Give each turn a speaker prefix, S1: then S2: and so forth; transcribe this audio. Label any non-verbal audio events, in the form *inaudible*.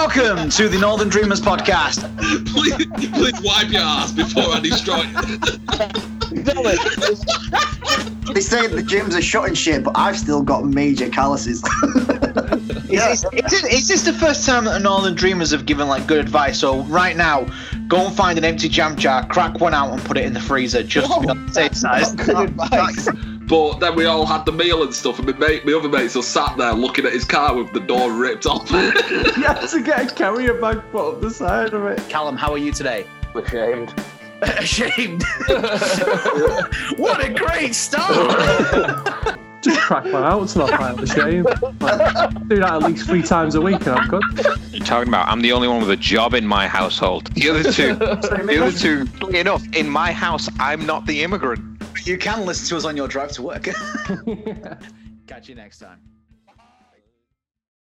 S1: Welcome to the Northern Dreamers podcast.
S2: please, please wipe your ass before I destroy it.
S3: They say the gyms are shut and shit, but I've still got major calluses.
S1: Is, this, is, this, is this the first time that the Northern Dreamers have given like good advice? So right now, go and find an empty jam jar, crack one out, and put it in the freezer just to be on the safe side.
S3: good advice.
S2: But then we all had the meal and stuff, and my, mate, my other mates just sat there looking at his car with the door ripped off. *laughs*
S4: You have to get a carrier bag put up the side of it.
S5: *laughs* Callum, how are you today? *laughs*
S6: Ashamed.
S5: Ashamed. *laughs* what a great start!
S4: Just crack one out until I find the shame. Like, do that at least three times a week and I'm good.
S7: You're talking about I'm the only one with a job in my household. The other two, the other two, funnily enough, in my house, I'm not the immigrant.
S1: *laughs* You can listen to us on your drive to work.
S5: *laughs* Catch you next time.